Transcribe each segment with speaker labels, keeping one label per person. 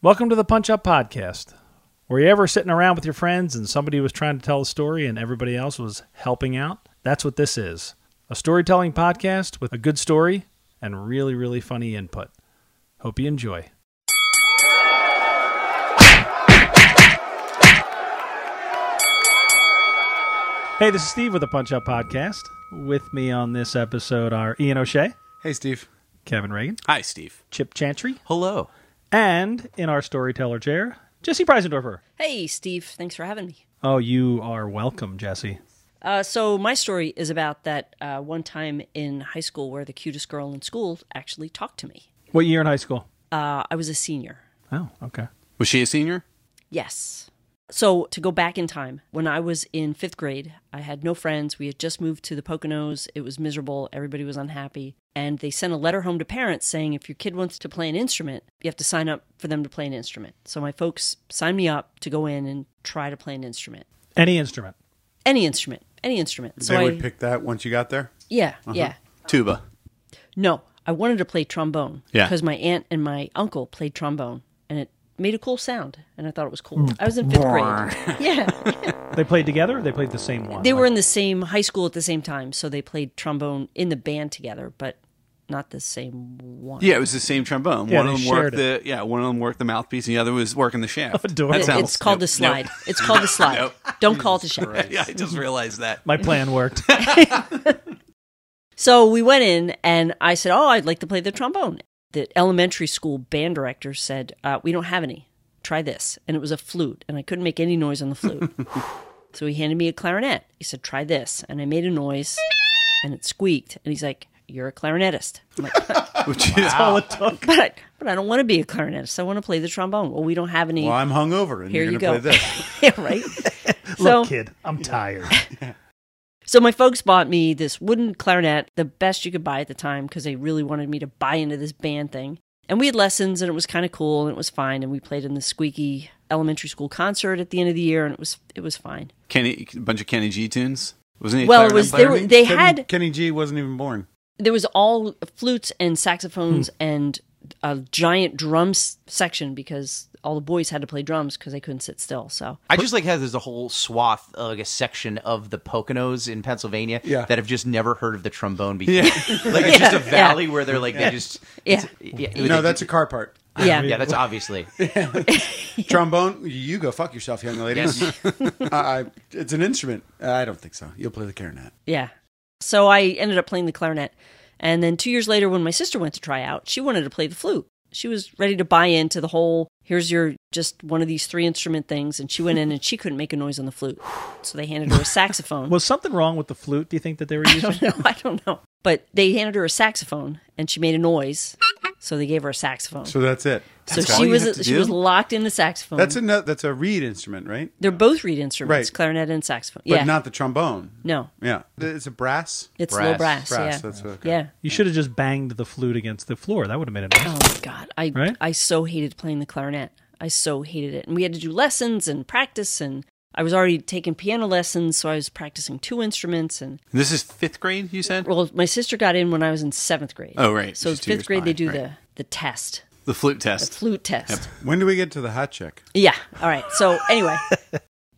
Speaker 1: Welcome to the Punch Up Podcast. Were you ever sitting around with your friends and somebody was trying to tell a story and everybody else was helping out? That's what this is a storytelling podcast with a good story and really, really funny input. Hope you enjoy. Hey, this is Steve with the Punch Up Podcast. With me on this episode are Ian O'Shea,
Speaker 2: Hey, Steve.
Speaker 1: Kevin Reagan,
Speaker 2: Hi, Steve.
Speaker 1: Chip Chantry,
Speaker 2: Hello.
Speaker 1: and in our storyteller chair, Jesse Preisendorfer.
Speaker 3: Hey, Steve. Thanks for having me.
Speaker 1: Oh, you are welcome, Jesse.
Speaker 3: Uh, so, my story is about that uh, one time in high school where the cutest girl in school actually talked to me.
Speaker 1: What year in high school?
Speaker 3: Uh, I was a senior.
Speaker 1: Oh, okay.
Speaker 2: Was she a senior?
Speaker 3: Yes. So, to go back in time, when I was in fifth grade, I had no friends. We had just moved to the Poconos. It was miserable. Everybody was unhappy. And they sent a letter home to parents saying if your kid wants to play an instrument, you have to sign up for them to play an instrument. So, my folks signed me up to go in and try to play an instrument.
Speaker 1: Any instrument?
Speaker 3: Any instrument. Any instrument. So
Speaker 2: they
Speaker 3: I-
Speaker 2: would pick Uh-huh. that once you got there?
Speaker 3: Yeah, yeah.
Speaker 2: Tuba.
Speaker 3: No, I wanted to play trombone.
Speaker 2: Yeah.
Speaker 3: Because my aunt and my uncle played trombone, and it made a cool sound, and I thought it was cool. I was in fifth grade. yeah.
Speaker 1: They played together. Or they played the same one.
Speaker 3: They
Speaker 1: Like-
Speaker 3: were in the same high school at the same time, so they played trombone in the band together, but not the same one.
Speaker 2: Yeah, it was the same trombone.
Speaker 1: Yeah,
Speaker 2: one
Speaker 1: they
Speaker 2: of them worked
Speaker 1: shared it.
Speaker 2: the yeah, one of them worked the mouthpiece and the other was working the shaft.
Speaker 1: Adorable.
Speaker 2: That
Speaker 3: Oh, It-
Speaker 2: sounds-
Speaker 3: it's called the
Speaker 2: Nope.
Speaker 3: slide. It's called the slide.
Speaker 2: Nope.
Speaker 3: Don't call it the shadow.
Speaker 2: Nope. Yeah, I just realized that.
Speaker 1: My plan worked.
Speaker 3: So we went in, and I said, "Oh, I'd like to play the trombone." The elementary school band director said, uh, "We don't have any. Try this." And it was a flute, and I couldn't make any noise on the flute. so he handed me a clarinet. He said, "Try this," and I made a noise, and it squeaked. And he's like, "You're a clarinetist." I'm like,
Speaker 2: Which is
Speaker 1: All it took.
Speaker 3: but I, but I don't want to be a clarinetist. I want to play the trombone. Well, we don't have any.
Speaker 2: well, I'm hungover and
Speaker 3: Here
Speaker 2: you're
Speaker 3: you
Speaker 2: gonna play
Speaker 3: go.
Speaker 2: this.
Speaker 3: Yeah, right. so Oh.
Speaker 1: Look, kid, I'm tired.
Speaker 3: So my folks bought me this wooden clarinet, the best you could buy at the time, because they really wanted me to buy into this band thing. And we had lessons, and it was kind of cool, and it was fine. And we played in the squeaky elementary school concert at the end of the year, and it was it was fine.
Speaker 2: Kenny a bunch of Kenny G tunes. Wasn't he a
Speaker 3: Well, it
Speaker 2: clarinet
Speaker 3: was-
Speaker 2: player?
Speaker 3: there were- they
Speaker 2: Kenny-
Speaker 3: had-
Speaker 2: Kenny G wasn't even born.
Speaker 3: There was all flutes and saxophones and a giant drums section because all the boys had to play drums because they couldn't sit still. So
Speaker 4: I just like how there's a whole swath, uh, like a section of the Poconos in Pennsylvania
Speaker 2: Yeah.
Speaker 4: that have just never heard of the trombone before. like it's just a valley where they're like they just
Speaker 3: yeah,
Speaker 4: yeah,
Speaker 2: No, that's a car part.
Speaker 3: yeah,
Speaker 4: yeah, that's obviously
Speaker 2: Trombone, you go fuck yourself, young lady. I, I, it's an instrument. I don't think so. You'll play the clarinet.
Speaker 3: Yeah. So I ended up playing the clarinet. And then two years later, when my sister went to try out, she wanted to play the flute. She was ready to buy into the whole here's your just one of these three instrument things. And she went in and she couldn't make a noise on the flute. So they handed her a saxophone.
Speaker 1: Was something wrong with the flute? Do you think that they were using?
Speaker 3: no, I don't know. But they handed her a saxophone and she made a noise. So they gave her a saxophone.
Speaker 2: So that's it.
Speaker 3: So
Speaker 2: That's all
Speaker 3: she
Speaker 2: you
Speaker 3: was
Speaker 2: have to
Speaker 3: she
Speaker 2: do?
Speaker 3: was locked into saxophone.
Speaker 2: That's a no, that's a reed instrument, right?
Speaker 3: They're both reed instruments,
Speaker 2: Right.
Speaker 3: clarinet and saxophone.
Speaker 2: But
Speaker 3: yeah.
Speaker 2: not the trombone.
Speaker 3: no.
Speaker 2: Yeah, it's a brass.
Speaker 3: It's
Speaker 4: Brass.
Speaker 3: low brass.
Speaker 2: Brass,
Speaker 3: yeah.
Speaker 2: that's what- okay.
Speaker 3: yeah.
Speaker 1: You should have just banged the flute against the floor. That would have made it. Nice.
Speaker 3: Oh my god, I
Speaker 1: Right?
Speaker 3: I so hated playing the clarinet. I so hated it, and we had to do lessons and practice, and I was already taking piano lessons, so I was practicing two instruments. And
Speaker 2: This is fifth grade, you said?
Speaker 3: well, my sister got in when I was in seventh grade.
Speaker 2: Oh, right.
Speaker 3: So
Speaker 2: She's two years
Speaker 3: fifth grade, they
Speaker 2: behind,
Speaker 3: do
Speaker 2: right.
Speaker 3: the the test,
Speaker 2: The flute
Speaker 3: the
Speaker 2: test.
Speaker 3: flute test.
Speaker 2: When do we get to the hot chick?
Speaker 3: Yeah. All right. So anyway,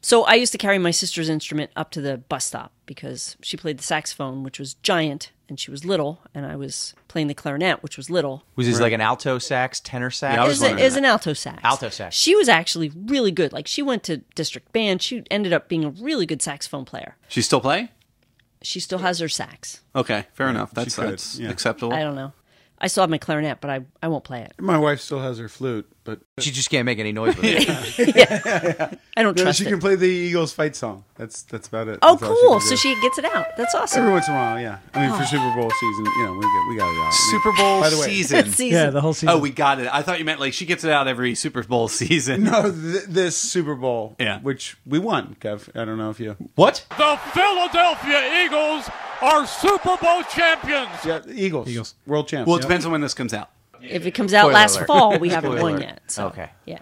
Speaker 3: so I used to carry my sister's instrument up to the bus stop because she played the saxophone, which was giant, and she was little, and I was playing the clarinet, which was little.
Speaker 4: was this like an alto sax, tenor sax?
Speaker 2: Yeah, I was
Speaker 3: is, a,
Speaker 2: wondering
Speaker 3: is
Speaker 2: that.
Speaker 3: an alto sax.
Speaker 4: Alto sax.
Speaker 3: She was actually really good. Like she went to district band. She ended up being a really good saxophone player.
Speaker 2: She's still playing?
Speaker 3: She still has her sax.
Speaker 2: Okay, fair enough. That's,
Speaker 5: could,
Speaker 2: that's
Speaker 5: yeah.
Speaker 2: acceptable.
Speaker 3: I don't know. I still have my clarinet, but I, I won't play it.
Speaker 5: My wife still has her flute, but
Speaker 4: she just can't make any noise with it.
Speaker 3: I don't
Speaker 5: no,
Speaker 3: trust
Speaker 5: she
Speaker 3: it.
Speaker 5: can play the Eagles fight song. That's that's about it.
Speaker 3: oh,
Speaker 5: That's all
Speaker 3: cool.
Speaker 5: can
Speaker 3: so
Speaker 5: do.
Speaker 3: she gets it out. That's
Speaker 5: every
Speaker 3: awesome.
Speaker 5: once in a while, yeah. I mean, for Super Bowl season, you know, we get we got it out. I mean,
Speaker 2: Super Bowl
Speaker 5: By the way-
Speaker 2: season.
Speaker 3: Season.
Speaker 1: Yeah, the whole season.
Speaker 2: Oh, we got it. I thought you meant like she gets it out every Super Bowl season.
Speaker 5: no, th- this Super Bowl,
Speaker 2: Yeah.
Speaker 5: which we won, Kev. I don't know if you,
Speaker 2: What?
Speaker 6: The Philadelphia Eagles are Super Bowl champions.
Speaker 5: yeah, the Eagles,
Speaker 1: Eagles.
Speaker 5: world champs.
Speaker 2: Well, it
Speaker 5: yeah.
Speaker 2: depends on when this comes out.
Speaker 3: If it comes out
Speaker 4: Spoiler
Speaker 3: last
Speaker 4: alert.
Speaker 3: fall, we haven't
Speaker 4: Spoiler
Speaker 3: won
Speaker 4: alert.
Speaker 3: yet. So,
Speaker 4: Okay.
Speaker 3: Yeah.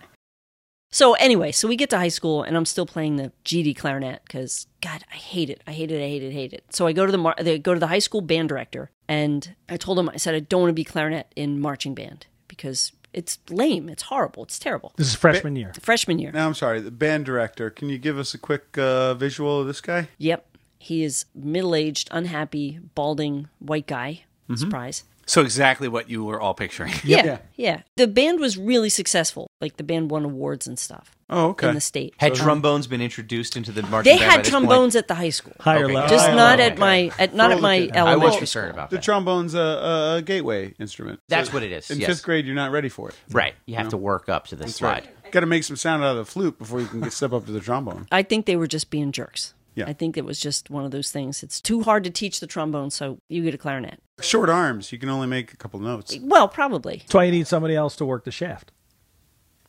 Speaker 3: So anyway, so we get to high school, and I'm still playing the GD clarinet because God, I hate it. I hate it. I hate it. Hate it. So I go to the mar- they go to the high school band director, and I told him I said I don't want to be clarinet in marching band because It's lame. It's horrible. It's terrible.
Speaker 1: This is freshman year.
Speaker 3: Freshman year.
Speaker 5: Now I'm sorry, the band director. Can you give us a quick uh, visual of this guy?
Speaker 3: Yep. He is middle aged, unhappy, balding white guy. Surprise.
Speaker 4: So exactly what you were all picturing.
Speaker 3: Yeah. Yeah. The band was really successful. Like the band won awards and stuff
Speaker 5: Oh, okay.
Speaker 3: in the state. Um,
Speaker 4: Had trombones been introduced into the marching
Speaker 3: They
Speaker 4: band by
Speaker 3: had
Speaker 4: this
Speaker 3: trombones
Speaker 4: point?
Speaker 3: at the high school.
Speaker 1: Higher
Speaker 4: Okay,
Speaker 1: level.
Speaker 4: got it.
Speaker 3: Just
Speaker 4: Oh,
Speaker 3: not
Speaker 4: okay.
Speaker 3: at my at not at my
Speaker 5: Overlooked it. I
Speaker 4: I was
Speaker 3: elementary
Speaker 4: concerned
Speaker 3: school.
Speaker 4: about
Speaker 5: the
Speaker 4: that.
Speaker 5: trombone's a, a gateway instrument.
Speaker 4: That's what it is,
Speaker 5: In
Speaker 4: yes.
Speaker 5: fifth grade, you're not ready for it.
Speaker 4: right. You have to work up to this slide.
Speaker 5: Got to make some sound out of the flute before you can get step up to the trombone.
Speaker 3: I think they were just being jerks.
Speaker 5: Yeah.
Speaker 3: I think it was just one of those things. It's too hard to teach the trombone, so you get a clarinet.
Speaker 5: Short arms. You can only make a couple notes.
Speaker 3: Well, probably.
Speaker 1: That's why you need somebody else to work the shaft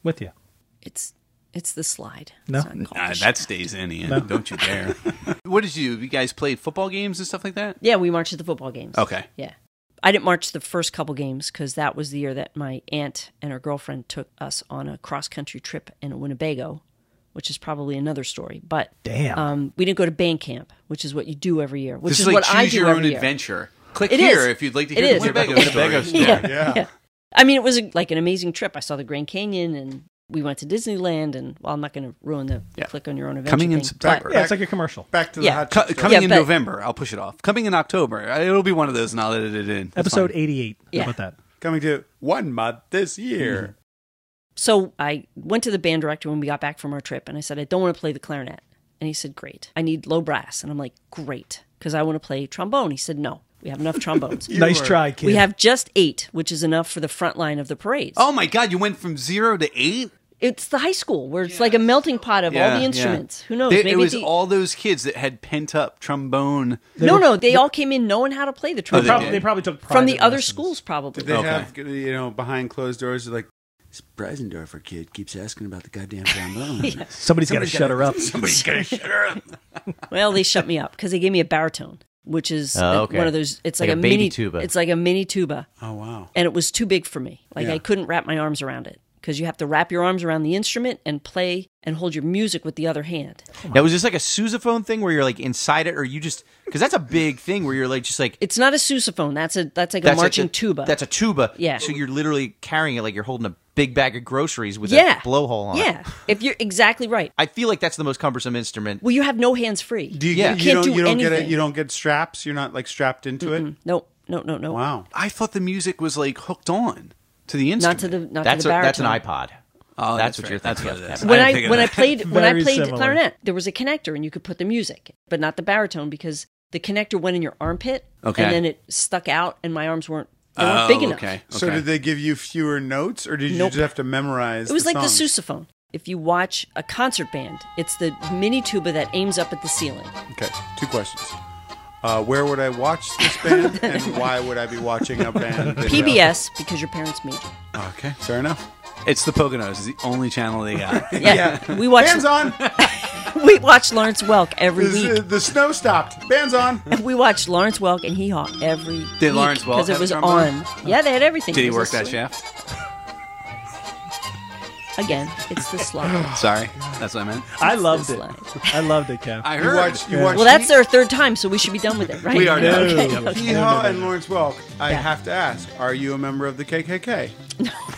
Speaker 1: with you.
Speaker 3: It's it's the slide.
Speaker 1: No.
Speaker 3: It's not called the
Speaker 7: Uh, that
Speaker 3: sh-
Speaker 7: stays in, Ian. Don't you dare. what did you? You guys played football games and stuff like that?
Speaker 3: Yeah, we marched at the football games.
Speaker 7: Okay.
Speaker 3: Yeah. I didn't march the first couple games because that was the year that my aunt and her girlfriend took us on a cross country trip in a Winnebago, which is probably another story. But
Speaker 1: Damn.
Speaker 3: um, we didn't go to band camp, which is what you do every year, which
Speaker 7: This
Speaker 3: is
Speaker 7: like
Speaker 3: what
Speaker 7: choose
Speaker 3: I do
Speaker 7: your
Speaker 3: every
Speaker 7: own
Speaker 3: year.
Speaker 7: adventure. Click
Speaker 3: It
Speaker 7: here
Speaker 3: is.
Speaker 7: if you'd like to
Speaker 3: It
Speaker 7: hear
Speaker 3: is.
Speaker 7: the Winnebago
Speaker 4: Winnebago
Speaker 7: story.
Speaker 4: story.
Speaker 3: Yeah.
Speaker 5: Yeah.
Speaker 3: I mean, it was like an amazing trip. I saw the Grand Canyon and we went to Disneyland. And well, I'm not going to ruin the
Speaker 7: Yeah.
Speaker 3: click on your own adventure.
Speaker 7: Coming in
Speaker 3: thing,
Speaker 7: September.
Speaker 3: but-
Speaker 1: yeah, it's like a commercial.
Speaker 5: Back to the
Speaker 3: Yeah.
Speaker 5: hot
Speaker 7: Co-
Speaker 5: chip story.
Speaker 7: coming
Speaker 3: Yeah,
Speaker 7: in
Speaker 3: but-
Speaker 7: November, I'll push it off. Coming in October, it'll be one of those, and I'll edit it in. That's
Speaker 1: Episode
Speaker 7: fine.
Speaker 1: 88.
Speaker 3: Yeah.
Speaker 1: How about that?
Speaker 5: coming to one month this year.
Speaker 3: So I went to the band director when we got back from our trip and I said, I don't want to play the clarinet. And he said, Great. I need low brass. And I'm like, Great. Because I want to play trombone. He said, No, we have enough trombones.
Speaker 1: nice try, kid.
Speaker 3: we have just eight, which is enough for the front line of the parade.
Speaker 7: Oh my God! You went from zero to eight.
Speaker 3: It's the high school where it's like a melting pot of all the instruments. Who knows?
Speaker 7: They- it was
Speaker 3: the-
Speaker 7: all those kids that had pent up trombone.
Speaker 3: no, no. They all came in knowing how to play the
Speaker 1: They
Speaker 7: they
Speaker 1: probably,
Speaker 3: trombone
Speaker 7: did.
Speaker 1: they probably took
Speaker 3: from the
Speaker 1: private
Speaker 3: other
Speaker 1: lessons.
Speaker 3: schools, probably.
Speaker 5: Oh, Did they
Speaker 7: Okay.
Speaker 5: have you know behind closed doors? Like this Breisendorfer kid keeps asking about the goddamn trombone.
Speaker 1: Somebody's got to shut her up.
Speaker 7: Somebody's gonna shut her up.
Speaker 3: Well, they shut me up because they gave me a baritone, which is
Speaker 4: Oh,
Speaker 3: uh,
Speaker 4: okay.
Speaker 3: one of those. It's like,
Speaker 4: Like
Speaker 3: a,
Speaker 4: a baby
Speaker 3: mini
Speaker 4: tuba.
Speaker 3: It's like a mini tuba,
Speaker 5: Oh wow!
Speaker 3: and it was too big for me. Like
Speaker 5: Yeah.
Speaker 3: I couldn't wrap my arms around it because you have to wrap your arms around the instrument and play and hold your music with the other hand.
Speaker 4: Now, was this like a sousaphone thing where you're like inside it, or you just because that's a big thing where you're like just like
Speaker 3: It's not a sousaphone. That's a that's like a
Speaker 4: that's
Speaker 3: marching
Speaker 4: a,
Speaker 3: tuba.
Speaker 4: That's a tuba.
Speaker 3: Yeah.
Speaker 4: So you're literally carrying it like you're holding a big bag of groceries with
Speaker 3: yeah
Speaker 4: a blowhole on it.
Speaker 3: Yeah, if you're exactly right.
Speaker 4: I feel like that's the most cumbersome instrument.
Speaker 3: Well, you have no hands free.
Speaker 5: Do you,
Speaker 4: Yeah.
Speaker 5: you,
Speaker 3: Can't
Speaker 5: don't
Speaker 3: do
Speaker 5: you don't get it?
Speaker 3: anything.
Speaker 5: You don't get straps. You're not like strapped into it.
Speaker 3: no, no, no, no.
Speaker 5: Wow!
Speaker 7: I thought the music was like hooked on to the
Speaker 3: Not
Speaker 7: instrument.
Speaker 3: to the not
Speaker 4: that's
Speaker 3: to the
Speaker 4: a,
Speaker 3: baritone.
Speaker 4: that's an iPod.
Speaker 7: Oh, that's
Speaker 4: that's, what
Speaker 7: right.
Speaker 4: you're
Speaker 7: That's
Speaker 4: thinking.
Speaker 7: what it
Speaker 4: of.
Speaker 7: is.
Speaker 4: Kevin.
Speaker 3: when
Speaker 7: I
Speaker 3: I,
Speaker 7: didn't think of
Speaker 3: when I
Speaker 7: that.
Speaker 3: played when I
Speaker 1: Very
Speaker 3: played the
Speaker 1: similar.
Speaker 3: clarinet, there was a connector and you could put the music, but not the baritone because the connector went in your armpit
Speaker 7: Okay. Oh,
Speaker 3: and then it stuck out and my arms weren't they weren't big enough.
Speaker 7: Okay.
Speaker 5: So
Speaker 7: okay.
Speaker 5: did they give you fewer notes, or did you
Speaker 3: Nope.
Speaker 5: just have to memorize?
Speaker 3: It was
Speaker 5: the
Speaker 3: like the
Speaker 5: songs?
Speaker 3: sousaphone. If you watch a concert band, it's the mini tuba that aims up at the ceiling.
Speaker 5: Okay, two questions. Uh, where would I watch this band, and why would I be watching a band? video?
Speaker 3: PBS because your parents made you.
Speaker 7: Okay.
Speaker 5: Fair enough.
Speaker 7: It's the Poconos. It's the only channel they got.
Speaker 3: Yeah, we watched
Speaker 5: Bands on.
Speaker 3: we watched Lawrence Welk every
Speaker 5: the,
Speaker 3: week.
Speaker 5: the, the snow stopped. Bands on.
Speaker 3: We watched Lawrence Welk and Hee Haw every
Speaker 7: Did Lawrence Welk
Speaker 3: because
Speaker 7: have
Speaker 3: it
Speaker 7: a
Speaker 3: was on.
Speaker 7: trombone?
Speaker 3: Yeah, they had everything.
Speaker 7: Did he
Speaker 3: It was
Speaker 7: work
Speaker 3: a
Speaker 7: that
Speaker 3: sli-
Speaker 7: shaft?
Speaker 3: Again, it's the slide.
Speaker 7: Sorry, that's what I meant.
Speaker 1: I loved it.
Speaker 3: the slide.
Speaker 1: I loved it, Kev.
Speaker 7: I
Speaker 5: You
Speaker 7: heard.
Speaker 5: watch. You watch.
Speaker 3: Well, that's our third time, so we should be done with it, right?
Speaker 7: We are done.
Speaker 3: Okay,
Speaker 1: No.
Speaker 3: okay.
Speaker 5: Yeehaw and Lawrence Welk. I have to ask: Are you a member of the KKK?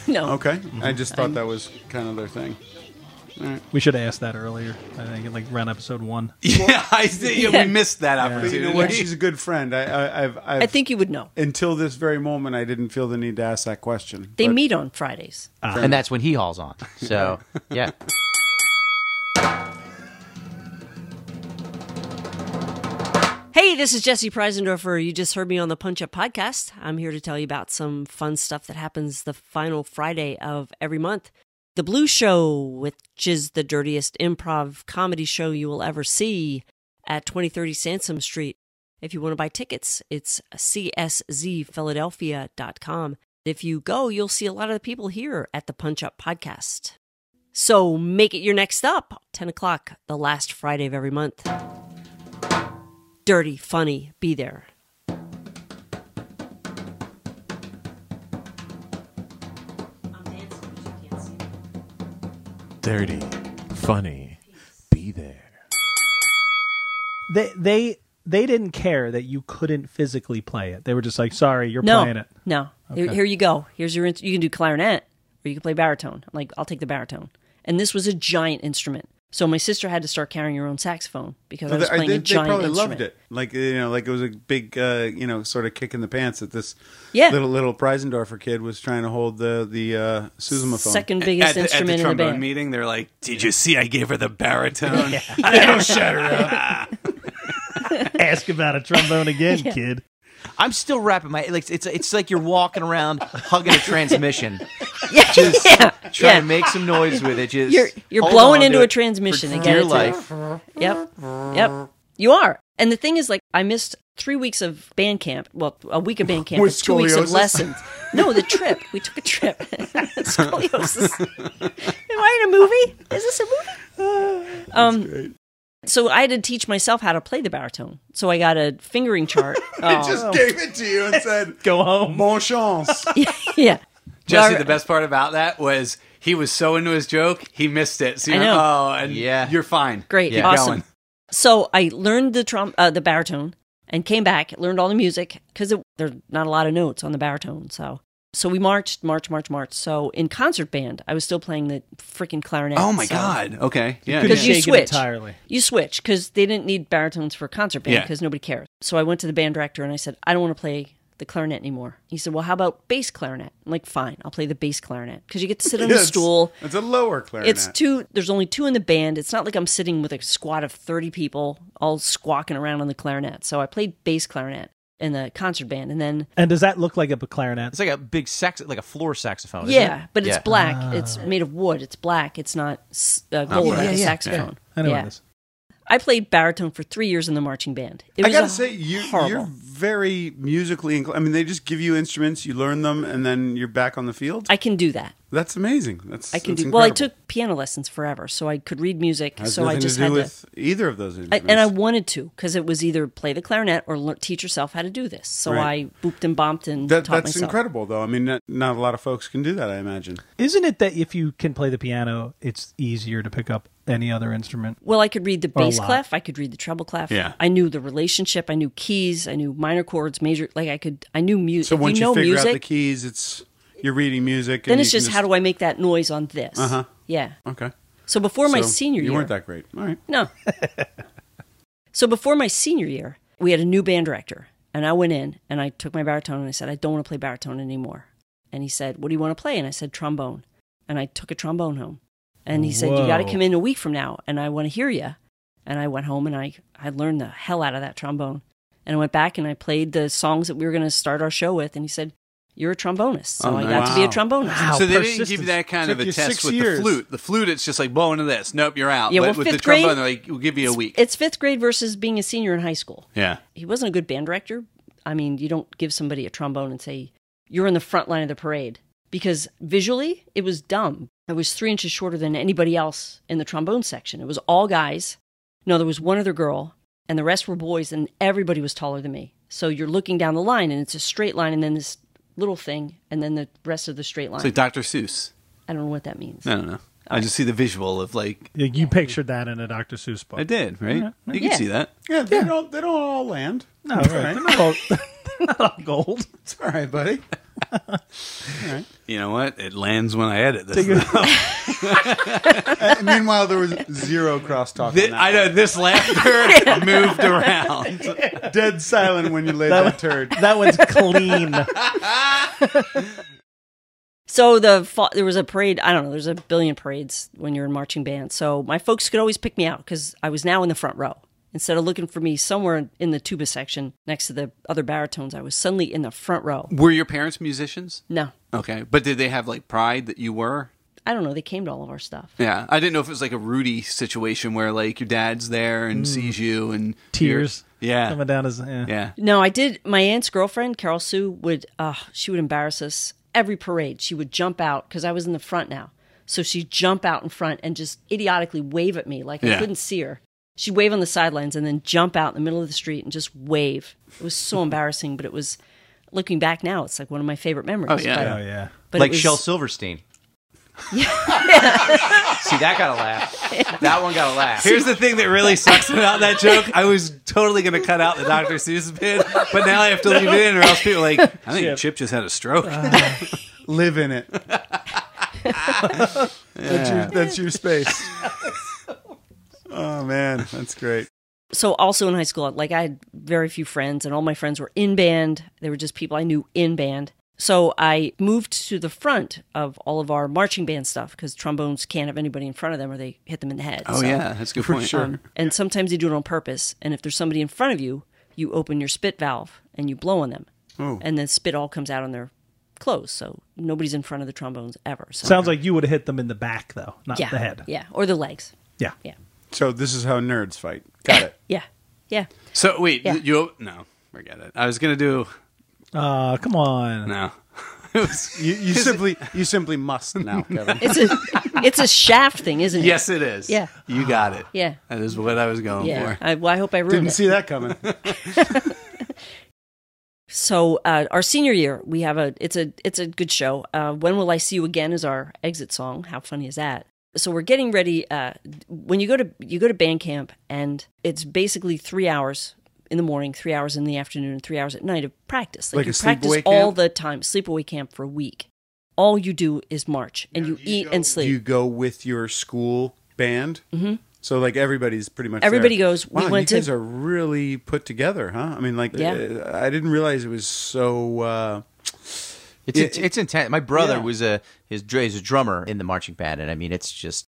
Speaker 3: No.
Speaker 5: Okay, I just thought that was kind of their thing.
Speaker 1: We should have asked that earlier. I think like around episode one.
Speaker 7: Yeah, I see.
Speaker 3: Yeah.
Speaker 7: Yeah, we missed that
Speaker 5: But
Speaker 7: opportunity.
Speaker 5: you know what? She's a good friend. I, I, I've, I've,
Speaker 3: I think you would know.
Speaker 5: until this very moment, I didn't feel the need to ask that question.
Speaker 3: They
Speaker 5: But
Speaker 3: meet on Fridays.
Speaker 4: and that's when he hauls on. So yeah.
Speaker 3: Hey, this is Jesse Preisendorfer. You just heard me on the Punch Up podcast. I'm here to tell you about some fun stuff that happens the final Friday of every month. The Blue Show, which is the dirtiest improv comedy show you will ever see at 2030 Sansom Street. If you want to buy tickets, it's cszphiladelphia.com. If you go, you'll see a lot of the people here at the Punch Up podcast. So make it your next up, 10 o'clock, the last Friday of every month dirty, funny, be there.
Speaker 8: Dirty, funny, be there.
Speaker 1: They they they didn't care that you couldn't physically play it. They were just like, sorry, you're
Speaker 3: No,
Speaker 1: playing it.
Speaker 3: no. Here, here you go. Here's your. ins- You can do clarinet, or you can play baritone. I'm like, I'll take the baritone. And this was a giant instrument. So my sister had to start carrying her own saxophone because I was
Speaker 5: I
Speaker 3: playing a
Speaker 5: did- they
Speaker 3: giant
Speaker 5: probably
Speaker 3: instrument.
Speaker 5: loved it. Like you know, like it was a big uh, you know sort of kick in the pants that this
Speaker 3: Yeah.
Speaker 5: little little Preisendorfer kid was trying to hold the the uh, sousaphone.
Speaker 3: Second biggest
Speaker 7: at, the- at
Speaker 3: instrument
Speaker 7: the
Speaker 3: in the
Speaker 7: trombone
Speaker 3: band.
Speaker 7: meeting, they're like, "Did you see? I gave her the baritone."
Speaker 1: Ask about a trombone again, kid.
Speaker 4: I'm still wrapping my like it's it's like you're walking around hugging a transmission,
Speaker 3: Yeah,
Speaker 4: just
Speaker 3: yeah,
Speaker 4: trying
Speaker 3: yeah.
Speaker 4: to make some noise with it. Just
Speaker 3: You're you're
Speaker 4: hold on
Speaker 3: blowing
Speaker 4: to
Speaker 3: into
Speaker 4: it
Speaker 3: a transmission
Speaker 4: for
Speaker 3: again.
Speaker 4: Dear
Speaker 3: It's like-
Speaker 4: life.
Speaker 3: Yep. Yep. You are. And the thing is, like, I missed three weeks of band camp. Well, a week of band camp,
Speaker 5: With
Speaker 3: and two weeks of
Speaker 5: scoliosis?
Speaker 3: lessons. No, the trip. We took a trip. Scoliosis. Am I in a movie? Is this a movie? um, So I had to teach myself how to play the baritone. So I got a fingering chart. Oh,
Speaker 5: Just gave it to you and said,
Speaker 1: Go home.
Speaker 5: "Bon chance."
Speaker 3: yeah.
Speaker 7: Jesse,
Speaker 3: Well,
Speaker 7: the best part about that was he was so into his joke, he missed it. So
Speaker 3: I
Speaker 7: you're,
Speaker 3: know.
Speaker 7: oh, and
Speaker 4: Yeah.
Speaker 7: you're fine.
Speaker 3: Great.
Speaker 7: Keep
Speaker 3: Awesome.
Speaker 7: going.
Speaker 3: So I learned the trom- uh, the baritone and came back, learned all the music because there's not a lot of notes on the baritone. So so we marched, march, march, march. So in concert band, I was still playing the freaking clarinet.
Speaker 7: Oh my
Speaker 3: so-
Speaker 7: god. Okay. Yeah.
Speaker 3: Because
Speaker 1: Couldn't
Speaker 3: you
Speaker 1: shake it
Speaker 3: switch.
Speaker 1: entirely.
Speaker 3: You switch because they didn't need baritones for concert band
Speaker 7: Yeah.
Speaker 3: because nobody cares. So I went to the band director and I said, I don't want to play the clarinet anymore. He said, Well, how about bass clarinet? I'm like, fine, I'll play the bass clarinet because you get to sit on the
Speaker 5: Yes.
Speaker 3: stool.
Speaker 5: It's a lower clarinet.
Speaker 3: It's two. There's only two in the band. It's not like I'm sitting with a squad of 30 people all squawking around on the clarinet. So I played bass clarinet in the concert band, and then
Speaker 1: And does that look like a clarinet?
Speaker 4: It's like a big sax, like a floor
Speaker 5: Oh,
Speaker 4: saxophone. isn't
Speaker 3: yeah,
Speaker 4: it?
Speaker 3: but it's
Speaker 4: Yeah.
Speaker 3: black.
Speaker 1: Ah.
Speaker 3: It's made of wood. It's black. It's not s- uh, gold
Speaker 5: right.
Speaker 3: like
Speaker 5: Yeah,
Speaker 3: a
Speaker 5: yeah,
Speaker 3: saxophone.
Speaker 1: I know what it is.
Speaker 3: I played baritone for three years in the marching band. It
Speaker 5: I
Speaker 3: was
Speaker 5: gotta
Speaker 3: a-
Speaker 5: say, you, you're
Speaker 3: horrible.
Speaker 5: very musically. Incl- I mean, they just give you instruments, you learn them, and then you're back on the field.
Speaker 3: I can do that.
Speaker 5: that's amazing. That's
Speaker 3: I can
Speaker 5: that's
Speaker 3: do well. I
Speaker 5: incredible.
Speaker 3: took piano lessons forever, so I could read music.
Speaker 5: Has
Speaker 3: so I
Speaker 5: nothing
Speaker 3: just
Speaker 5: to do
Speaker 3: had to.
Speaker 5: with either of those
Speaker 3: I,
Speaker 5: instruments.
Speaker 3: and I wanted to because it was either play the clarinet or lear- teach yourself how to do this. So
Speaker 5: Right.
Speaker 3: I booped and bumped and
Speaker 5: that,
Speaker 3: taught
Speaker 5: that's
Speaker 3: myself.
Speaker 5: incredible, though. I mean, not, not a lot of folks can do that. I imagine.
Speaker 1: Isn't it that if you can play the piano, it's easier to pick up any other instrument?
Speaker 3: Well, I could read the
Speaker 1: Or Oh, a
Speaker 3: bass
Speaker 1: lot.
Speaker 3: clef, I could read the treble clef.
Speaker 5: Yeah.
Speaker 3: I knew the relationship, I knew keys, I knew minor chords, major like I could I knew music.
Speaker 5: So once
Speaker 3: you
Speaker 5: you,
Speaker 3: know
Speaker 5: figure
Speaker 3: music,
Speaker 5: out the keys, it's you're reading music.
Speaker 3: then
Speaker 5: and
Speaker 3: it's
Speaker 5: you
Speaker 3: just,
Speaker 5: can
Speaker 3: how do I make that noise on this?
Speaker 5: Uh-huh.
Speaker 3: Yeah.
Speaker 5: Okay.
Speaker 3: So before my
Speaker 5: So
Speaker 3: senior
Speaker 5: you
Speaker 3: year
Speaker 5: weren't that great. All right.
Speaker 3: No. so before my senior year, we had a new band director, and I went in and I took my baritone and I said, I don't want to play baritone anymore. And he said, What do you want to play? And I said, Trombone. And I took a trombone home. And he said, You got to
Speaker 1: Whoa.
Speaker 3: come in a week from now, and I want to hear you. And I went home and I, I learned the hell out of that trombone. And I went back and I played the songs that we were going to start our show with. And he said, You're a trombonist. So
Speaker 5: Oh,
Speaker 3: I
Speaker 5: nice.
Speaker 3: got to be a
Speaker 5: Wow.
Speaker 3: trombonist.
Speaker 1: Wow,
Speaker 7: so they didn't
Speaker 1: persistence.
Speaker 7: give you that kind
Speaker 5: Took
Speaker 7: of a
Speaker 5: you
Speaker 7: test
Speaker 5: six
Speaker 7: with
Speaker 5: years.
Speaker 7: the flute. The flute, it's just like blow into this. Nope, you're out.
Speaker 3: Yeah,
Speaker 7: but
Speaker 3: well,
Speaker 7: with the
Speaker 3: fifth grade-
Speaker 7: trombone, they're like, we'll give you a week.
Speaker 3: It's fifth grade versus being a senior in high school.
Speaker 7: yeah.
Speaker 3: he wasn't a good band director. I mean, you don't give somebody a trombone and say, you're in the front line of the parade because visually it was dumb. I was three inches shorter than anybody else in the trombone section. It was all guys. No, there was one other girl, and the rest were boys, and everybody was taller than me. So you're looking down the line, and it's a straight line, and then this little thing, and then the rest of the straight line.
Speaker 7: It's like Dr. Seuss.
Speaker 3: I don't know what that means.
Speaker 7: No, no, no. I just see the visual of like,
Speaker 1: You you pictured that in a Dr. Seuss book.
Speaker 7: I did, right? You
Speaker 3: Yeah.
Speaker 7: can see that.
Speaker 5: Yeah, they don't. They don't all land.
Speaker 1: No, Oh, right. They're not all- they're not all gold.
Speaker 5: It's all right, buddy.
Speaker 7: You know what? It lands when I edit this.
Speaker 1: Take it-
Speaker 5: Uh, And meanwhile, there was zero crosstalk.
Speaker 7: Thi-
Speaker 5: on that
Speaker 7: I know this laughter moved around.
Speaker 5: one. Dead silent when you laid that, turd.
Speaker 1: That one's clean.
Speaker 3: So the fa- there was a parade. I don't know. There's a billion parades when you're in marching band. So my folks could always pick me out because I was now in the front row. Instead of looking for me somewhere in the tuba section next to the other baritones, I was suddenly in the front row.
Speaker 7: Were your parents musicians?
Speaker 3: No,
Speaker 7: Okay, but did they have like pride that you were?
Speaker 3: I don't know. They came to all of our stuff.
Speaker 7: Yeah, I didn't know if it was like a Rudy situation where like your dad's there
Speaker 5: Hmm.
Speaker 7: and sees you and
Speaker 1: Tears.
Speaker 7: you're- Yeah,
Speaker 1: Coming down his. Yeah.
Speaker 7: yeah.
Speaker 3: No, I did. My aunt's girlfriend, Carol Sue, would uh, she would embarrass us every parade. She would jump out because I was in the front now, so she'd jump out in front and just idiotically wave at me like I
Speaker 7: Yeah.
Speaker 3: couldn't see her. She'd wave on the sidelines and then jump out in the middle of the street and just wave. It was so embarrassing, but it was looking back now, it's like one of my favorite memories.
Speaker 7: Oh, yeah.
Speaker 3: but,
Speaker 1: Oh, yeah.
Speaker 3: but it
Speaker 4: like
Speaker 3: was-
Speaker 4: Shel Silverstein. See that got a laugh. That one got a laugh.
Speaker 7: Here's the thing that really sucks about that joke. I was totally going to cut out the Dr. Seuss bit, but now I have to leave
Speaker 5: Uh,
Speaker 7: it in, or else people are like, I think Chip just had a stroke.
Speaker 5: Live in it.
Speaker 2: That's, your, that's your space. oh man, that's great.
Speaker 3: so also in high school like i had very few friends and all my friends were in band they were just people i knew in band so i moved to the front of all of our marching band stuff because trombones can't have anybody in front of them or they hit them in the head
Speaker 4: Oh
Speaker 3: So,
Speaker 4: yeah, that's a good point.
Speaker 3: um, and sometimes they do it on purpose and if there's somebody in front of you you open your spit valve and you blow on them and then spit all comes out on their clothes so nobody's in front of the trombones ever so
Speaker 1: Sounds like you would have hit them in the back though, not
Speaker 3: yeah
Speaker 1: the head.
Speaker 3: yeah or the legs
Speaker 1: Yeah.
Speaker 3: yeah
Speaker 5: So this is how nerds fight. Got it.
Speaker 3: yeah yeah
Speaker 7: So wait,
Speaker 3: Yeah.
Speaker 7: you no, forget it. I was gonna do
Speaker 1: Uh, come on.
Speaker 7: no.
Speaker 5: You, you simply you simply must now, Kevin.
Speaker 3: it's a it's a shaft thing isn't it
Speaker 7: yes, it is.
Speaker 3: Yeah.
Speaker 7: you got it.
Speaker 3: Yeah.
Speaker 7: that is what I was going
Speaker 3: Yeah.
Speaker 7: for.
Speaker 3: I, well, I hope I ruined
Speaker 5: Oh, Didn't
Speaker 3: it.
Speaker 5: see that coming.
Speaker 3: so uh, our senior year, we have a it's a it's a good show. Uh, when will I see you again is our exit song. How funny is that? So we're getting ready. Uh, when you go to you go to band camp, and it's basically three hours in the morning, three hours in the afternoon, and three hours at night of practice.
Speaker 5: Like
Speaker 3: you
Speaker 5: a
Speaker 3: practice
Speaker 5: sleepaway
Speaker 3: all
Speaker 5: camp?
Speaker 3: the time, sleepaway camp for a week. All you do is march, and you, eat and sleep.
Speaker 5: You go with your school band. Mm-hmm. So like everybody's pretty much
Speaker 3: Everybody
Speaker 5: there.
Speaker 3: goes, we
Speaker 5: Wow,
Speaker 3: went
Speaker 5: you guys
Speaker 3: to-
Speaker 5: are really put together, huh? I mean, like
Speaker 3: Yeah.
Speaker 5: uh, I didn't realize it was so. Uh,
Speaker 4: It's
Speaker 5: Yeah,
Speaker 4: it's, it's intense. My brother
Speaker 5: yeah.
Speaker 4: was a his dr- he's a drummer in the marching band, and I mean it's just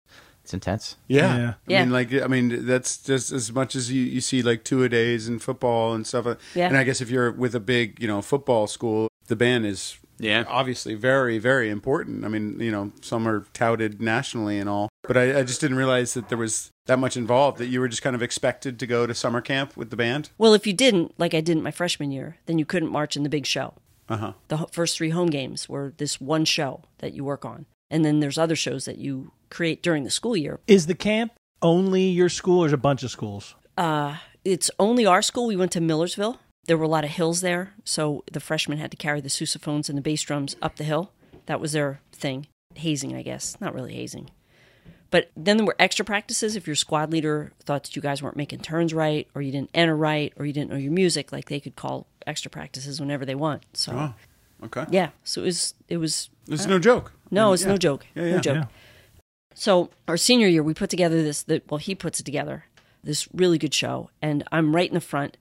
Speaker 4: it's intense.
Speaker 5: Yeah.
Speaker 1: Yeah.
Speaker 5: I mean,
Speaker 3: Yeah.
Speaker 5: like, I mean, that's just as much as you, you see like two a days in football and stuff. uh,
Speaker 3: Yeah.
Speaker 5: And I guess if you're with a big, you know, football school, the band is
Speaker 7: Yeah.
Speaker 5: obviously very, very important. I mean, you know, some are touted nationally and all, but I, I just didn't realize that there was that much involved that you were just kind of expected to go to summer camp with the band.
Speaker 3: Well, if you didn't, like I didn't my freshman year, then you couldn't march in the big show. Uh-huh. The ho- first three home games were this one show that you work on, and then there's other shows that you create during the school year.
Speaker 1: Is the camp only your school or is it a bunch of schools?
Speaker 3: Uh, it's only our school. We went to Millersville. There were a lot of hills there, so the freshmen had to carry the sousaphones and the bass drums up the hill. That was their thing. Hazing, I guess. Not really hazing. But then there were extra practices if your squad leader thought that you guys weren't making turns right, or you didn't enter right, or you didn't know your music. Like they could call extra practices whenever they want. So
Speaker 7: Oh,
Speaker 5: Okay.
Speaker 3: yeah, so it was it was
Speaker 5: It's Oh. no joke. Mm,
Speaker 3: no, it's no joke, no
Speaker 5: yeah,
Speaker 3: joke.
Speaker 1: yeah.
Speaker 3: So our senior year, we put together this that well, he puts it together this really good show, and I'm right in the front,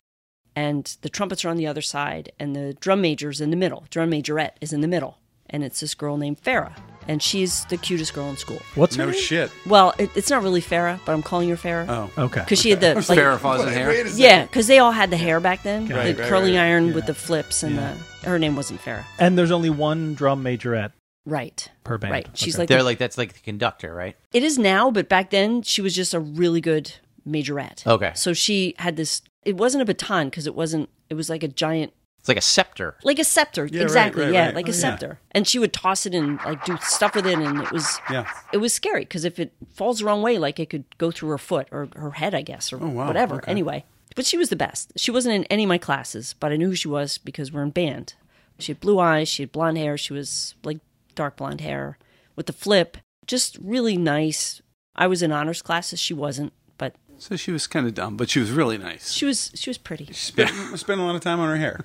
Speaker 3: and the trumpets are on the other side, and the drum major's in the middle. Drum majorette is in the middle, and it's this girl named Farah, and she's the cutest girl in school.
Speaker 1: What's her
Speaker 5: No
Speaker 1: name?
Speaker 5: shit.
Speaker 3: Well, it, it's not really Farah, but I'm calling her Farah.
Speaker 5: Oh.
Speaker 1: Okay.
Speaker 3: Because she had the like,
Speaker 7: Farrah falls in hair.
Speaker 3: yeah, because they all had the hair back then,
Speaker 5: Right,
Speaker 3: the
Speaker 5: right,
Speaker 3: curling
Speaker 5: right.
Speaker 3: iron with the flips, and the her name wasn't Farah,
Speaker 1: And there's only one drum majorette.
Speaker 3: right?
Speaker 1: Per band.
Speaker 3: right? She's
Speaker 1: Okay.
Speaker 3: like the
Speaker 4: They're like that's like the conductor, right?
Speaker 3: It is now, but back then she was just a really good majorette.
Speaker 4: Okay.
Speaker 3: So she had this, it wasn't a baton because it wasn't, it was like a giant,
Speaker 4: It's like a scepter.
Speaker 3: like a scepter.
Speaker 5: Yeah, right,
Speaker 3: exactly.
Speaker 5: right,
Speaker 3: yeah.
Speaker 5: right.
Speaker 3: Like
Speaker 5: Oh,
Speaker 3: a
Speaker 5: yeah.
Speaker 3: scepter. And she would toss it and like do stuff with it. And it was,
Speaker 5: Yeah.
Speaker 3: it was scary because if it falls the wrong way, like it could go through her foot or her head, I guess,
Speaker 7: Oh,
Speaker 3: or
Speaker 5: wow,
Speaker 3: whatever.
Speaker 5: okay.
Speaker 3: Anyway, but she was the best. She wasn't in any of my classes, but I knew who she was because we're in band. She had blue eyes, she had blonde hair, she was like dark blonde hair with the flip, just really nice. I was in honors classes, she wasn't, but
Speaker 7: So she was kind of dumb, but she was really nice.
Speaker 3: she was she was pretty.
Speaker 5: Spent, spent a lot of time on her hair.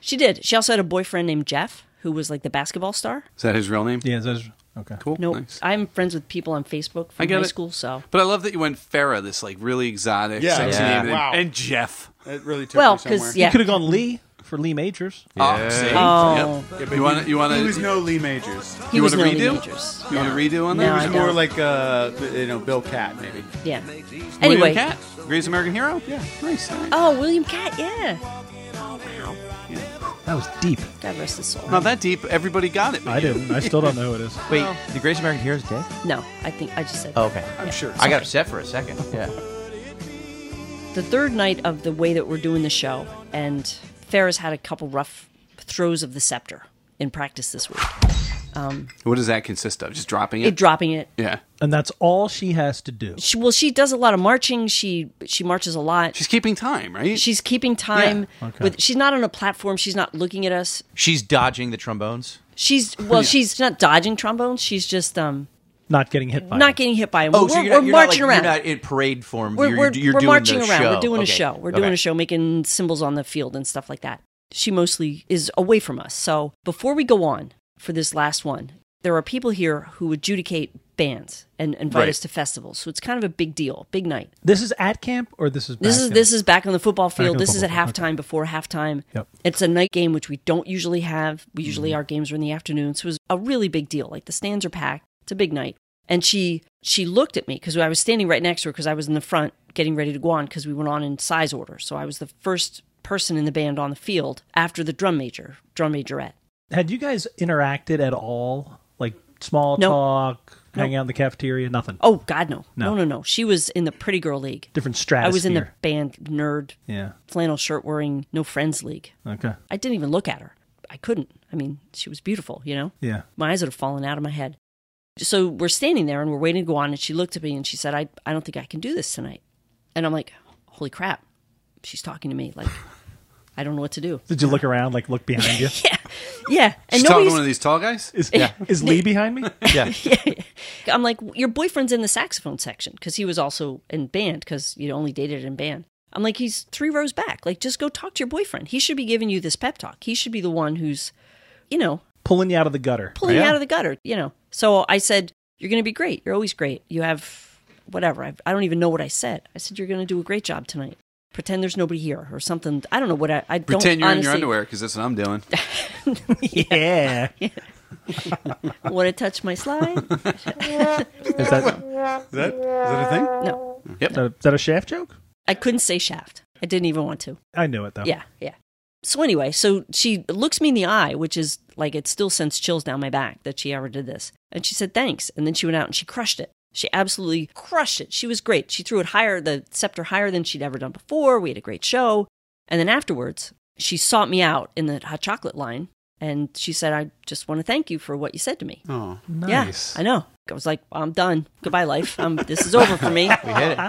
Speaker 3: She did. She also had a boyfriend named Jeff who was like the basketball star.
Speaker 7: Is that his real name?
Speaker 1: Yeah, that's okay.
Speaker 7: Cool.
Speaker 3: No,
Speaker 7: Oh, Nice.
Speaker 3: I'm friends with people on Facebook
Speaker 7: I
Speaker 3: from
Speaker 7: get
Speaker 3: high
Speaker 7: it.
Speaker 3: school, so
Speaker 7: But I love that you went Farah, this like really exotic,
Speaker 5: Yeah.
Speaker 7: sexy
Speaker 4: Yeah.
Speaker 7: name, and-
Speaker 5: Wow.
Speaker 7: and, Jeff.
Speaker 5: It really took
Speaker 3: well,
Speaker 5: me somewhere.
Speaker 3: because yeah,
Speaker 1: You could have gone Lee for Lee Majors.
Speaker 7: Oh, see?
Speaker 3: Oh.
Speaker 7: Yep. you want to? You want
Speaker 5: He was
Speaker 7: to?
Speaker 5: no Lee Majors.
Speaker 3: he
Speaker 7: you
Speaker 3: was
Speaker 7: wanna
Speaker 3: no
Speaker 7: redo?
Speaker 3: majors.
Speaker 7: You want to redo on
Speaker 3: No, I
Speaker 7: that?
Speaker 5: He was
Speaker 3: know.
Speaker 5: more like uh, you know Bill Cat maybe.
Speaker 3: Yeah.
Speaker 7: William
Speaker 3: Anyway,
Speaker 7: Cat, Greatest American Hero. Yeah, nice. All right.
Speaker 3: Oh, William Cat, yeah. Oh, wow.
Speaker 1: That was deep.
Speaker 3: God rest his soul.
Speaker 7: Not that deep. Everybody got it.
Speaker 1: I didn't. I still don't know who it is.
Speaker 4: Wait, the Greatest American Hero is dead?
Speaker 3: No, I think I just said.
Speaker 4: Oh, okay.
Speaker 5: I'm sure.
Speaker 4: I got upset for a second. Yeah.
Speaker 3: The third night of the way that we're doing the show, and Ferris had a couple rough throws of the scepter in practice this week.
Speaker 7: What does that consist of? Just dropping it.
Speaker 3: It dropping it.
Speaker 7: yeah.
Speaker 1: And that's all she has to do.
Speaker 3: She, well, she does a lot of marching. She she marches a lot.
Speaker 7: She's keeping time, right?
Speaker 3: She's keeping time
Speaker 1: Yeah, okay.
Speaker 3: with. She's not on a platform. She's not looking at us.
Speaker 4: She's dodging the trombones.
Speaker 3: She's well. She's not dodging trombones. She's just um
Speaker 1: Not getting hit by
Speaker 3: not
Speaker 1: it.
Speaker 3: getting hit by them.
Speaker 4: Oh,
Speaker 3: we're,
Speaker 4: so you're not,
Speaker 3: we're
Speaker 4: you're
Speaker 3: marching
Speaker 4: not, like,
Speaker 3: around.
Speaker 4: You're not in parade form.
Speaker 3: we're,
Speaker 4: you're,
Speaker 3: we're,
Speaker 4: you're
Speaker 3: we're
Speaker 4: doing
Speaker 3: marching
Speaker 4: the
Speaker 3: around.
Speaker 4: Show.
Speaker 3: We're doing a
Speaker 4: Okay.
Speaker 3: show. We're
Speaker 4: Okay.
Speaker 3: doing a show, making symbols on the field and stuff like that. She mostly is away from us. So before we go on for this last one, there are people here who adjudicate bands and invite us to festivals. So it's kind of a big deal, big night.
Speaker 1: This is at camp or this is
Speaker 3: This
Speaker 1: back
Speaker 3: is
Speaker 1: in-
Speaker 3: this is back on the football
Speaker 1: on
Speaker 3: field.
Speaker 1: the
Speaker 3: this is at
Speaker 1: football
Speaker 3: halftime before halftime.
Speaker 1: Yep.
Speaker 3: It's a night game which we don't usually have. We usually our games are in the afternoon. So it was a really big deal. Like the stands are packed. It's a big night. And she she looked at me because I was standing right next to her because I was in the front getting ready to go on because we went on in size order. So I was the first person in the band on the field after the drum major, drum majorette.
Speaker 1: Had you guys interacted at all? Like small
Speaker 3: Nope.
Speaker 1: talk, hanging out in the cafeteria, nothing.
Speaker 3: Oh God, no.
Speaker 1: No.
Speaker 3: no, no, no. She was in the pretty girl league.
Speaker 1: Different stratosphere.
Speaker 3: I was in the band nerd
Speaker 1: yeah.
Speaker 3: flannel shirt wearing no friends league.
Speaker 1: Okay.
Speaker 3: I didn't even look at her. I couldn't. I mean, she was beautiful, you know?
Speaker 1: Yeah.
Speaker 3: My eyes would have fallen out of my head. So we're standing there and we're waiting to go on. And she looked at me and she said, I, I don't think I can do this tonight. And I'm like, holy crap. She's talking to me. Like, I don't know what to do.
Speaker 1: Did you look around? Like look behind you?
Speaker 3: Yeah. Yeah. And
Speaker 7: She's talking to
Speaker 3: nobody's.
Speaker 7: one of these tall guys.
Speaker 1: Is is Lee behind me?
Speaker 3: I'm like, your boyfriend's in the saxophone section because he was also in band because you only dated in band. I'm like, he's three rows back. Like, just go talk to your boyfriend. He should be giving you this pep talk. He should be the one who's, you know,
Speaker 1: Pulling you out of the gutter.
Speaker 3: pulling out of the gutter, you know. So I said, You're going to be great. You're always great. You have whatever. I, I don't even know what I said. I said, You're going to do a great job tonight. Pretend there's nobody here or something. I don't know what I, I don't
Speaker 7: Pretend you're in your
Speaker 3: honestly-
Speaker 7: underwear because that's what I'm doing.
Speaker 1: Yeah.
Speaker 3: Want to touch my slide?
Speaker 1: Is that
Speaker 5: Is that, is that a thing?
Speaker 3: no.
Speaker 1: is that, is that a shaft joke?
Speaker 3: I couldn't say shaft. I didn't even want to.
Speaker 1: I knew it though.
Speaker 3: Yeah, yeah. So anyway, so she looks me in the eye, which is like it still sends chills down my back that she ever did this. And she said thanks, and then she went out and she crushed it. She absolutely crushed it. She was great. She threw it higher, the scepter higher than she'd ever done before. We had a great show. And then afterwards, she sought me out in the hot chocolate line and she said, I just want to thank you for what you said to me.
Speaker 5: Oh,
Speaker 1: Nice.
Speaker 3: Yeah, I know. I was like, I'm done. Goodbye, life. Um, this is over for me.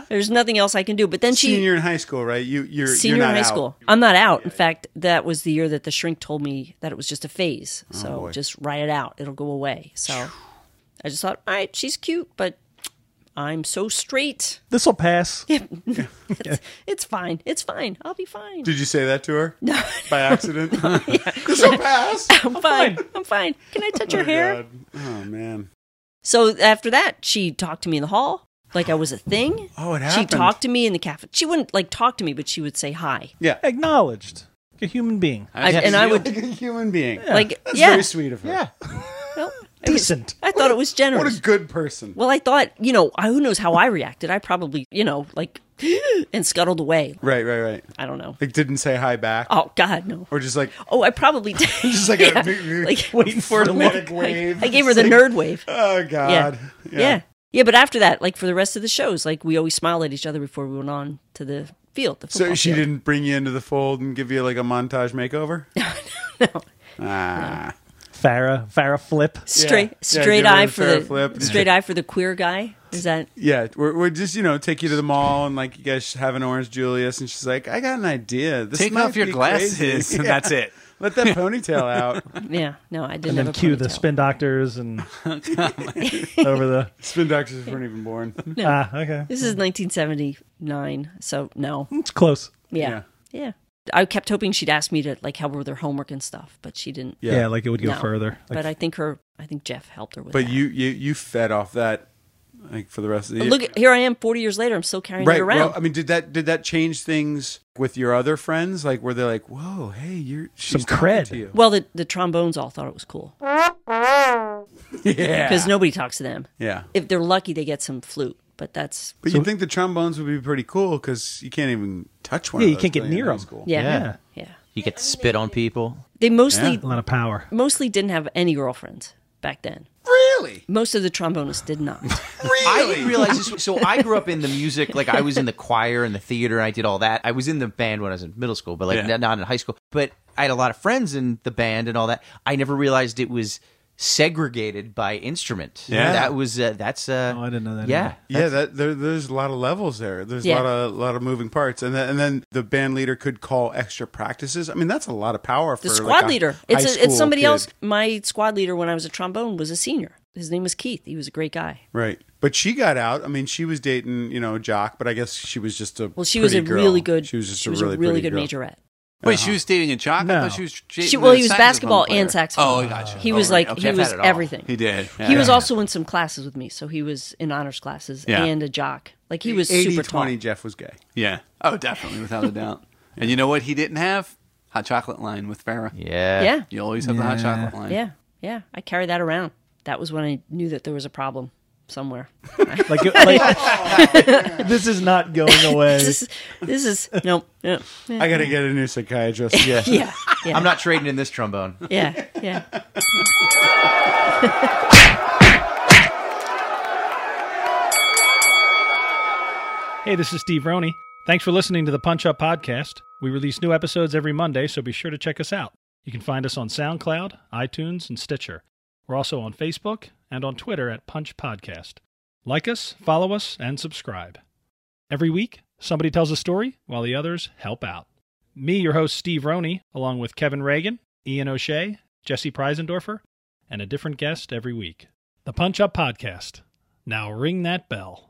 Speaker 3: There's nothing else I can do. But then she
Speaker 5: senior in high school, right? You, you're
Speaker 3: senior
Speaker 5: you're
Speaker 3: in
Speaker 5: not
Speaker 3: high
Speaker 5: out.
Speaker 3: school. I'm not out. In fact, that was the year that the shrink told me that it was just a phase.
Speaker 5: Oh,
Speaker 3: so just ride it out. It'll go away. So I just thought, all right, she's cute, but I'm so straight.
Speaker 1: This will pass.
Speaker 3: It's, it's fine. It's fine. I'll be fine.
Speaker 5: Did you say that to her? No, by accident. This will pass.
Speaker 3: I'm fine. I'm fine. Can I touch your hair?
Speaker 5: God. Oh man.
Speaker 3: So after that, she talked to me in the hall like I was a thing.
Speaker 5: Oh, it
Speaker 3: She
Speaker 5: happened.
Speaker 3: talked to me in the cafe. She wouldn't like talk to me, but she would say hi.
Speaker 1: Acknowledged. Like a human being.
Speaker 3: I, and I would
Speaker 5: Like a human being.
Speaker 3: like
Speaker 5: That's
Speaker 3: yeah.
Speaker 5: very sweet of her. Yeah.
Speaker 3: Well, it was-
Speaker 1: Decent.
Speaker 3: I thought it was generous.
Speaker 5: What a good person.
Speaker 3: Well, I thought, you know, I- who knows how I reacted. I probably, you know, like, and scuttled away.
Speaker 5: Right, right, right.
Speaker 3: I don't know.
Speaker 5: Like didn't say hi back,
Speaker 3: Oh, God, no.
Speaker 5: or just like
Speaker 3: Oh, I probably did.
Speaker 5: just like
Speaker 3: Yeah.
Speaker 5: a
Speaker 3: like,
Speaker 1: Waiting for it.
Speaker 5: frenetic wave.
Speaker 3: I gave her the nerd wave.
Speaker 5: Oh God.
Speaker 3: Yeah. yeah. but after that, like, for the rest of the shows, like, we always smiled at each other before we went on to the field. The
Speaker 5: So
Speaker 3: football
Speaker 5: she
Speaker 3: field.
Speaker 5: didn't bring you into the fold and give you like a montage makeover.
Speaker 3: No.
Speaker 5: Ah.
Speaker 1: Farah. Farah flip.
Speaker 3: Straight,
Speaker 5: Yeah,
Speaker 3: straight
Speaker 5: give her
Speaker 3: eye
Speaker 5: the
Speaker 3: for
Speaker 5: fair
Speaker 3: the
Speaker 5: flip.
Speaker 3: straight eye for the queer guy. Is that
Speaker 5: Yeah, we're, we're just you know take you to the mall and like you guys have an orange Julius and she's like, I got an idea. This
Speaker 7: Take
Speaker 5: might
Speaker 7: off your
Speaker 5: be
Speaker 7: glasses,
Speaker 5: crazy."
Speaker 7: and
Speaker 5: Yeah.
Speaker 7: that's it.
Speaker 5: Let that ponytail out.
Speaker 3: yeah? No, I
Speaker 1: And
Speaker 3: didn't.
Speaker 1: then
Speaker 3: have a
Speaker 1: cue the
Speaker 3: ponytail.
Speaker 1: spin doctors and over the
Speaker 5: Spin doctors weren't even born.
Speaker 1: ah okay.
Speaker 3: This is 1979, so no.
Speaker 1: It's close.
Speaker 3: Yeah. yeah. I kept hoping she'd ask me to like help her with her homework and stuff, but she didn't.
Speaker 1: Yeah, like it would go
Speaker 3: No.
Speaker 1: further. Like,
Speaker 3: but I think her I think Jeff helped her with
Speaker 5: But
Speaker 3: that.
Speaker 5: you you you fed off that like for the rest of the
Speaker 3: Look, here I am 40 years later. I'm still carrying
Speaker 5: right.
Speaker 3: it around.
Speaker 5: Well, I mean, did that did that change things with your other friends? Like, were they like, "Whoa, hey, you're she's
Speaker 1: Some
Speaker 5: talking
Speaker 1: cred.
Speaker 5: to you."
Speaker 3: well, the, the trombones all thought it was cool
Speaker 5: Yeah,
Speaker 3: because nobody talks to them.
Speaker 5: yeah.
Speaker 3: If they're lucky, they get some flute, but that's,
Speaker 5: But you think the trombones would be pretty cool because you can't even touch one.
Speaker 1: Yeah,
Speaker 5: of
Speaker 1: you
Speaker 5: those
Speaker 1: can't get
Speaker 5: playing in
Speaker 1: near
Speaker 5: high
Speaker 1: 'em.
Speaker 5: school.
Speaker 3: yeah. Yeah.
Speaker 1: yeah.
Speaker 4: You get to spit on people.
Speaker 3: They mostly
Speaker 1: A lot of power.
Speaker 3: mostly didn't have any girlfriends back then.
Speaker 5: Really?
Speaker 3: Most of the trombonists did not.
Speaker 5: Really?
Speaker 4: I didn't realize this. So I grew up in the music. Like I was in the choir and the theater. I did all that. I was in the band when I was in middle school, but like
Speaker 5: Yeah.
Speaker 4: not in high school. But I had a lot of friends in the band and all that. I never realized it was segregated by instrument.
Speaker 5: Yeah.
Speaker 4: that was uh, that's. Uh,
Speaker 1: Oh, I didn't know that
Speaker 4: Yeah,
Speaker 1: either.
Speaker 5: Yeah, that there, there's a lot of levels there. There's
Speaker 3: Yeah.
Speaker 5: a lot of lot of moving parts, and then, and then the band leader could call extra practices. I mean, that's a lot of power for
Speaker 3: The
Speaker 5: like,
Speaker 3: squad
Speaker 5: a
Speaker 3: leader.
Speaker 5: high
Speaker 3: It's a,
Speaker 5: school
Speaker 3: it's somebody
Speaker 5: kid.
Speaker 3: else. My squad leader when I was a trombone was a senior. His name was Keith. He was a great guy.
Speaker 5: right? But she got out. I mean, she was dating you know Jock, but I guess she was just a
Speaker 3: Well, she was a
Speaker 5: pretty girl.
Speaker 3: really good.
Speaker 5: She was just
Speaker 3: she was
Speaker 5: a really, pretty
Speaker 3: good
Speaker 5: girl.
Speaker 3: majorette.
Speaker 7: Wait, she was dating a jock? I
Speaker 1: No.
Speaker 7: thought she was. dating
Speaker 3: She, well,
Speaker 7: the
Speaker 3: he was
Speaker 7: saxophone
Speaker 3: basketball
Speaker 7: player.
Speaker 3: and saxophone.
Speaker 7: Oh, I gotcha.
Speaker 3: He
Speaker 7: Oh,
Speaker 3: was
Speaker 7: right.
Speaker 3: like
Speaker 7: Okay,
Speaker 3: he
Speaker 7: I've had
Speaker 3: was
Speaker 7: it all.
Speaker 3: everything.
Speaker 7: He did.
Speaker 3: He
Speaker 7: Yeah.
Speaker 3: was also in some classes with me, so he was in honors classes
Speaker 7: Yeah.
Speaker 3: and a jock. Like he was
Speaker 5: 80
Speaker 3: super
Speaker 5: 20
Speaker 3: tall.
Speaker 5: Jeff was gay.
Speaker 7: Yeah. Oh, definitely, without a doubt. And you know what he didn't have? Hot chocolate line with Farrah.
Speaker 4: Yeah.
Speaker 3: Yeah,
Speaker 7: You always have the hot chocolate line.
Speaker 3: yeah, yeah. I carry that around. That was when I knew that there was a problem somewhere.
Speaker 1: Like, it- like this is not going away.
Speaker 3: this is this is no, no. yeah,
Speaker 5: I got to get a new psychiatrist. Yeah.
Speaker 3: yeah, yeah,
Speaker 4: I'm not trading in this trombone.
Speaker 3: yeah, yeah.
Speaker 1: Hey, this is Steve Roney. Thanks for listening to the Punch Up Podcast. We release new episodes every Monday, so be sure to check us out. You can find us on SoundCloud, iTunes, and Stitcher. We're also on Facebook and on Twitter at Punch Podcast. Like us, follow us, and subscribe. Every week, somebody tells a story while the others help out. Me, your host, Steve Roney, along with Kevin Reagan, Ian O'Shea, Jesse Preisendorfer, and a different guest every week. The Punch Up Podcast. Now ring that bell.